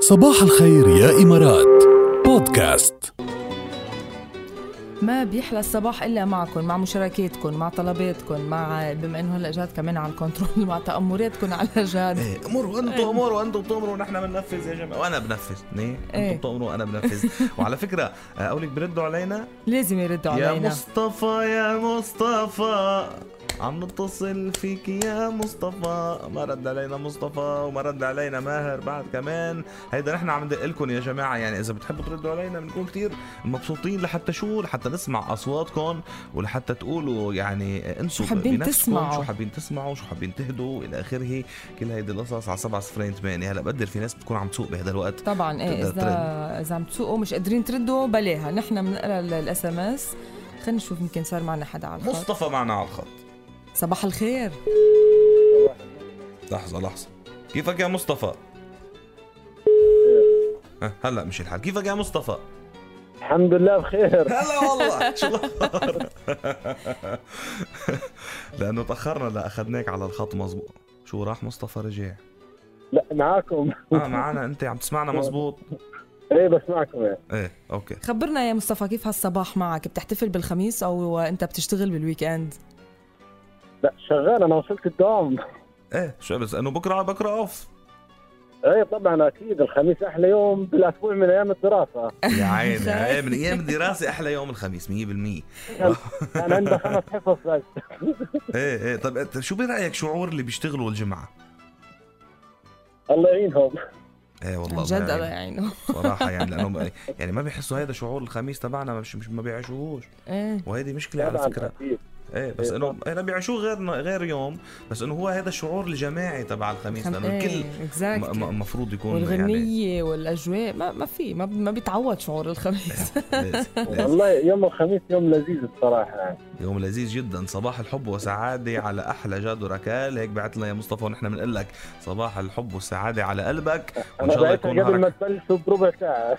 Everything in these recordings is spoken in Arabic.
صباح الخير يا إمارات بودكاست ما بيحلى الصباح الا معكم مع مشاركاتكم مع طلباتكم مع بما انه هلا جاد كمان على الكنترول مع تامراتكم على جاد ايه امروا انتوا امروا انتوا بتؤمروا نحن بننفذ يا جماعه وانا بنفذ ليه؟ إيه. انتوا بتؤمروا وانا بنفذ وعلى فكره آه، قولك بردوا علينا لازم يردوا يا علينا مصطفى يا مصطفى عم نتصل فيك يا مصطفى ما رد علينا مصطفى وما رد علينا ماهر بعد كمان هيدا نحن عم ندق لكم يا جماعه يعني اذا بتحبوا تردوا علينا بنكون كتير مبسوطين لحتى شو لحتى نسمع اصواتكم ولحتى تقولوا يعني انتوا شو حابين بنفسكن، تسمعوا. شو حابين تسمعوا شو حابين تهدوا الى اخره كل هيدي القصص على 7 0 8 هلا بقدر في ناس بتكون عم تسوق بهذا الوقت طبعا ايه تقدر اذا اذا عم تسوقوا مش قادرين تردوا بلاها نحن بنقرا الاس ام اس خلينا نشوف يمكن صار معنا حدا على الخط مصطفى معنا على الخط صباح الخير لحظة لحظة كيفك يا مصطفى؟ ها، هلا مش الحال كيفك يا مصطفى؟ الحمد لله بخير هلا والله شو الأخبار؟ لأنه تأخرنا لأخذناك على الخط مزبوط شو راح مصطفى رجع لا معاكم اه معنا انت عم تسمعنا مزبوط ايه بسمعكم يعني. ايه اوكي خبرنا يا مصطفى كيف هالصباح معك بتحتفل بالخميس او انت بتشتغل بالويكند لا شغال انا وصلت الدوام ايه شو بس انه بكره بكره اوف ايه طبعا اكيد الخميس احلى يوم بالاسبوع من ايام الدراسه يا عيني ايه من ايام الدراسه احلى يوم الخميس 100% ايه كان عندي خمس حصص بس ايه طب أنت شو برايك شعور اللي بيشتغلوا الجمعه؟ الله يعينهم ايه والله عن الله جد الله يعينك. يعينه صراحه يعني لانه يعني ما بيحسوا هذا شعور الخميس تبعنا مش, مش ما بيعيشوهوش ايه وهيدي مشكله على طبعا فكره أكيد. ايه بس إيه انه انا بيعيشوه غير غير يوم بس انه هو هذا الشعور الجماعي تبع الخميس لانه الكل الكل المفروض يكون يعني إيه، والغنية والأجواء ما ما في ما, ما بيتعوض شعور الخميس لازم- لازم. والله يوم الخميس يوم لذيذ الصراحه يعني. يوم لذيذ جدا صباح الحب والسعاده على احلى جاد وركال هيك بعت لنا يا مصطفى ونحن بنقول لك صباح الحب والسعاده على قلبك وان انا شاء الله بعتها يكون قبل ما نهارك تبلشوا بربع ساعه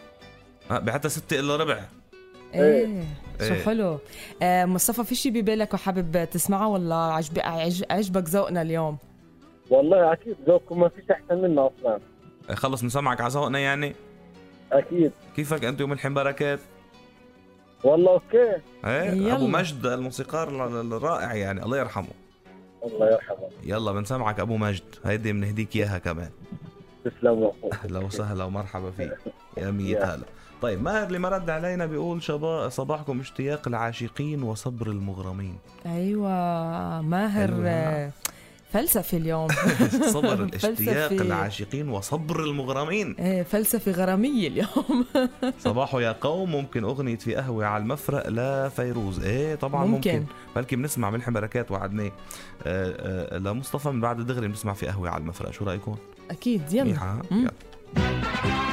آه، بعتها ستة الا ربع ايه شو إيه. حلو آه مصطفى في شي ببالك وحابب تسمعه ولا عجب عج- عجبك ذوقنا اليوم والله اكيد ذوقكم ما فيش احسن منه اصلا آه، خلص نسمعك على ذوقنا يعني اكيد كيفك انت يوم الحين بركات والله اوكي ايه يلا. ابو مجد الموسيقار ال- الرائع يعني الله يرحمه الله يرحمه يلا بنسمعك ابو مجد هيدي بنهديك اياها كمان تسلموا اهلا وسهلا ومرحبا فيك يا يا. مية هلا طيب ماهر اللي ما رد علينا بيقول شبا صباحكم اشتياق العاشقين وصبر المغرمين ايوه ماهر حلو. آه، فلسفي اليوم صبر الاشتياق فلسفي. العاشقين وصبر المغرمين ايه فلسفي غرامية اليوم صباحو يا قوم ممكن اغنية في قهوة على المفرق لا فيروز ايه طبعا ممكن, ممكن. ممكن. بلكي بنسمع ملحم بركات وعدناه آه، آه، لمصطفى من بعد دغري بنسمع في قهوة على المفرق شو رايكم اكيد يلا منيحة مم. يلا.